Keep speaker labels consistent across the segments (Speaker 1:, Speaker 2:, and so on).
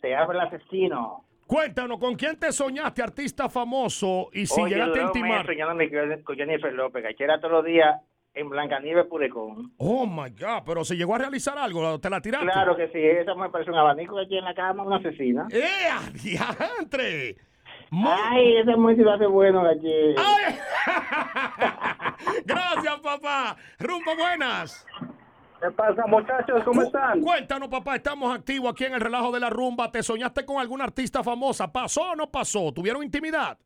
Speaker 1: Te habla el asesino.
Speaker 2: Cuéntanos, ¿con quién te soñaste, artista famoso? Y si
Speaker 1: Oye,
Speaker 2: llegaste
Speaker 1: duraba un
Speaker 2: a
Speaker 1: mes
Speaker 2: intimar.
Speaker 1: soñándome con- con Jennifer López, que era todos los días en Blancanieves Purecón.
Speaker 2: Oh my God, pero si llegó a realizar algo, te la tiraste.
Speaker 1: Claro que sí, esa me parece un abanico que tiene en la cama, una asesina.
Speaker 2: ¡Eh, adiantre! Mo-
Speaker 1: Ay, ese músico hace bueno, Gachi.
Speaker 2: ¡Ay! Gracias, papá. Rumbo, buenas.
Speaker 1: ¿Qué pasa, muchachos? ¿Cómo
Speaker 2: Cu- Cuéntanos, papá, estamos activos aquí en el relajo de la rumba. ¿Te soñaste con alguna artista famosa? ¿Pasó o no pasó? ¿Tuvieron intimidad?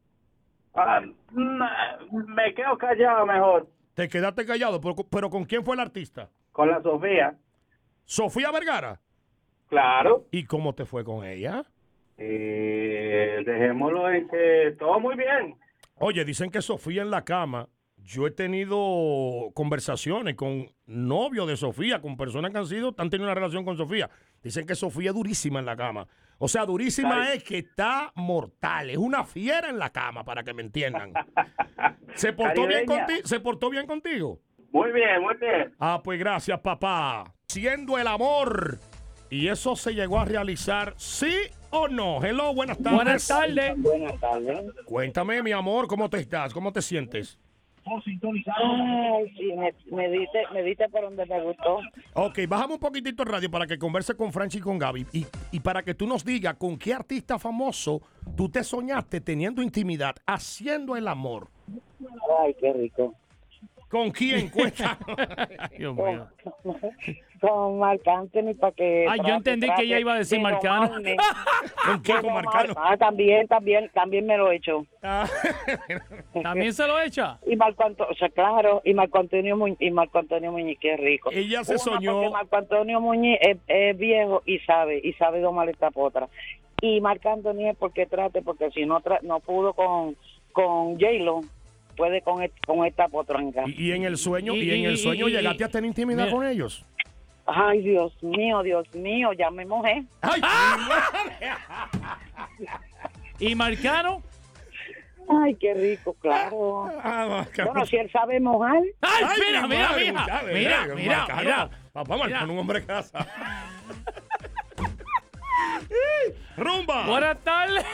Speaker 1: Ah, me quedo callado mejor
Speaker 2: Te quedaste callado, pero, pero ¿con quién fue el artista?
Speaker 1: con la Sofía.
Speaker 2: Sofía Vergara.
Speaker 1: Claro.
Speaker 2: ¿Y cómo te fue con ella?
Speaker 1: Eh, dejémoslo en que todo muy bien.
Speaker 2: Oye, dicen que Sofía en la cama. Yo he tenido conversaciones con novios de Sofía, con personas que han sido, han tenido una relación con Sofía. Dicen que Sofía es durísima en la cama. O sea, durísima es que está mortal. Es una fiera en la cama, para que me entiendan. ¿Se portó, bien
Speaker 1: Caribeña.
Speaker 2: conti- ¿Se portó bien contigo?
Speaker 1: Muy bien, muy bien.
Speaker 2: Ah, pues gracias, papá. Siendo el amor. ¿Y eso se llegó a realizar, sí o no? Hello, buenas tardes.
Speaker 3: Buenas tardes.
Speaker 1: Buenas tardes.
Speaker 2: Cuéntame, mi amor, ¿cómo te estás? ¿Cómo te sientes?
Speaker 4: Ay, sí, me, me diste, me diste por donde me gustó.
Speaker 2: Ok, bajamos un poquitito el radio para que converse con Franchi y con Gaby y, y para que tú nos digas con qué artista famoso tú te soñaste teniendo intimidad, haciendo el amor.
Speaker 4: Ay, qué rico.
Speaker 2: ¿Con quién? Cuenta.
Speaker 3: Dios mío.
Speaker 4: Con Marc Anthony para que...
Speaker 3: Ay, yo entendí que ella iba a decir Marc Anthony.
Speaker 4: Marcano.
Speaker 2: ¿Con quién? Con Marcano.
Speaker 4: Ah, también, también, también me lo he hecho.
Speaker 2: Ah,
Speaker 3: ¿También se lo echa?
Speaker 4: Y Marco Antonio, o sea, claro, y Marco Antonio Muñiz, y Marco Antonio Muñiz, qué rico.
Speaker 2: Ella se
Speaker 4: Una,
Speaker 2: soñó-
Speaker 4: Porque Marco Antonio Muñiz es, es viejo y sabe, y sabe domar esta potra. Y Marco Antonio es porque trate, porque si no tra- no pudo con, con J-Lo, puede con, et- con esta potranga.
Speaker 2: y, y en el sueño, y,
Speaker 3: Y-
Speaker 2: en el
Speaker 3: y-
Speaker 2: sueño
Speaker 3: y- y-
Speaker 2: llegaste a tener intimidad
Speaker 3: mira.
Speaker 2: con ellos.
Speaker 4: Ay, Dios mío, Dios mío, ya me mojé.
Speaker 2: ¡Ay! ¡Ah!
Speaker 3: ¿Y Marcano?
Speaker 4: Ay, qué rico, claro.
Speaker 2: Ah, Marcano.
Speaker 4: Bueno, si él sabe mojar,
Speaker 3: ¡Ay,
Speaker 2: Ay,
Speaker 3: mira,
Speaker 2: mi
Speaker 3: mira,
Speaker 2: madre,
Speaker 3: mira!
Speaker 2: muchacho,
Speaker 3: Mira,
Speaker 2: ¿verdad?
Speaker 3: mira,
Speaker 2: Marcano.
Speaker 3: mira.
Speaker 2: Papá Marcano, un hombre de casa. ¡Rumba!
Speaker 3: Buenas tardes.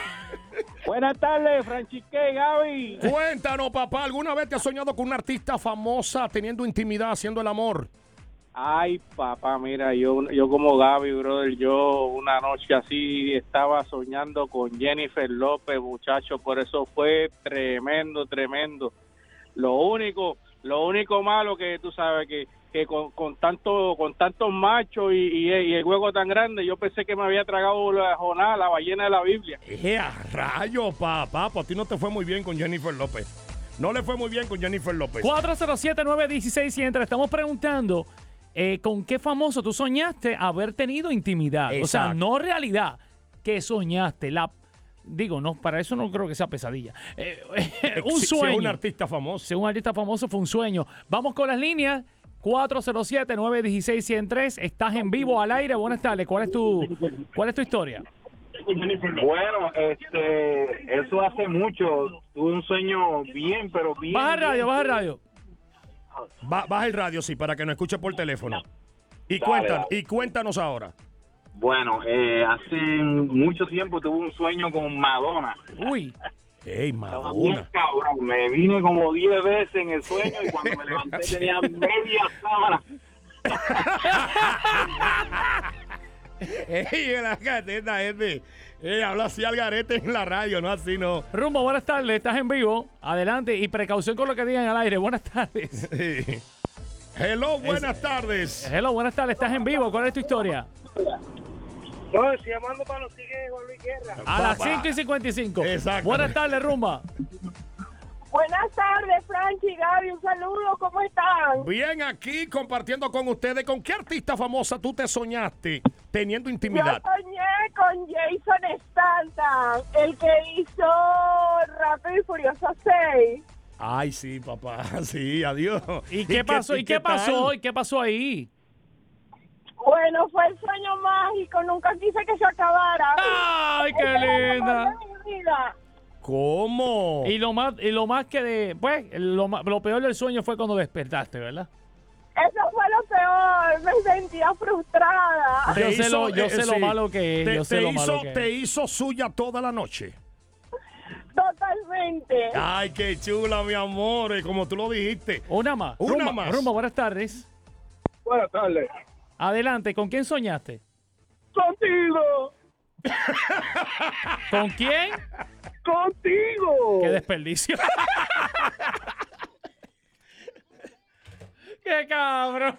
Speaker 1: Buenas tardes, Francisque y Gaby.
Speaker 2: Cuéntanos, papá, ¿alguna vez te has soñado con una artista famosa teniendo intimidad, haciendo el amor?
Speaker 1: Ay, papá, mira, yo, yo como Gaby, brother, yo una noche así estaba soñando con Jennifer López, muchacho, por eso fue tremendo, tremendo. Lo único, lo único malo que tú sabes que, que con, con tanto, con tantos machos y, y- y el hueco tan grande, yo pensé que me había tragado la Jonás, la ballena de la Biblia.
Speaker 2: ¡Eh, a rayo, papá! Pues a ti no te fue muy bien con Jennifer López. No le fue muy bien con Jennifer López.
Speaker 3: 407-916 y entra. Estamos preguntando eh, con qué famoso tú soñaste haber tenido intimidad. O sea,
Speaker 2: Exacto.
Speaker 3: no realidad, que soñaste. La, digo, no, para eso no creo que sea pesadilla. Eh, un
Speaker 2: Si- si es
Speaker 3: sueño.
Speaker 2: un artista famoso.
Speaker 3: Si un artista famoso fue un sueño. Vamos con las líneas. 407-916-103. Estás en vivo, al aire. Buenas tardes. ¿Cuál es tu, cuál es tu historia?
Speaker 1: Bueno, este, eso hace mucho, tuve un sueño bien, pero bien.
Speaker 3: Baja el radio, baja el radio.
Speaker 2: Ba- baja el radio, sí, para que nos escuche por teléfono. Y cuéntanos, y cuéntanos ahora.
Speaker 5: Bueno, eh, hace mucho tiempo tuve un sueño con Madonna.
Speaker 3: Uy.
Speaker 2: ¡Ey,
Speaker 5: Bien
Speaker 2: Madonna!
Speaker 5: cabrón, me vine como 10 veces en el sueño y cuando me levanté tenía media sábana.
Speaker 2: ¡Ey, la gateta, este! ¡Ey, habla así al garete en la radio, no así, no!
Speaker 3: Rumbo, buenas tardes. Estás en vivo. Adelante. Y precaución con lo que digan al aire. Buenas tardes.
Speaker 2: Sí. Hello, buenas tardes.
Speaker 3: Hello, buenas tardes. Estás en vivo. ¿Cuál es tu historia?
Speaker 1: No, estoy llamando para los tigres de Juan Luis Guerra.
Speaker 3: A las
Speaker 2: Papá.
Speaker 3: 5 y 55.
Speaker 2: Exacto.
Speaker 3: Buenas tardes, Rumba.
Speaker 6: Buenas tardes, Frankie, Gaby, un saludo, ¿cómo están?
Speaker 2: Bien aquí compartiendo con ustedes con qué artista famosa tú te soñaste teniendo
Speaker 6: Yo
Speaker 2: intimidad.
Speaker 6: soñé
Speaker 4: con Jason Statham, el que hizo Rápido y Furioso 6.
Speaker 2: Ay, sí, papá. Sí, adiós.
Speaker 3: ¿Y qué pasó? ¿Y qué
Speaker 2: tal?
Speaker 3: pasó? ¿Y qué pasó ahí?
Speaker 4: Bueno, fue el sueño mágico, nunca quise que se acabara.
Speaker 3: ¡Ay,
Speaker 4: Ese
Speaker 3: ¡Ah, qué
Speaker 4: es el amor
Speaker 3: linda!
Speaker 4: de mi vida.
Speaker 2: ¿Cómo?
Speaker 3: Y lo más, y lo más que de, pues, lo, ma- lo peor del sueño fue cuando despertaste, ¿verdad?
Speaker 4: Eso fue lo peor, me sentía frustrada.
Speaker 3: Yo sé lo- yo sé lo malo que es,
Speaker 2: eh, Te,
Speaker 3: yo sé
Speaker 2: te
Speaker 3: lo
Speaker 2: hizo,
Speaker 3: malo que
Speaker 2: te
Speaker 3: es.
Speaker 2: hizo suya toda la noche.
Speaker 4: Totalmente.
Speaker 2: Ay, qué chula, mi amor. y Como tú lo dijiste.
Speaker 3: Una más.
Speaker 2: Una
Speaker 3: Rumba,
Speaker 2: más.
Speaker 3: Rumba, buenas tardes.
Speaker 7: Buenas tardes.
Speaker 3: Adelante, ¿con quién soñaste?
Speaker 7: Contigo,
Speaker 3: ¿Con quién?
Speaker 7: contigo.
Speaker 3: ¡Qué desperdicio! ¡Qué cabrón!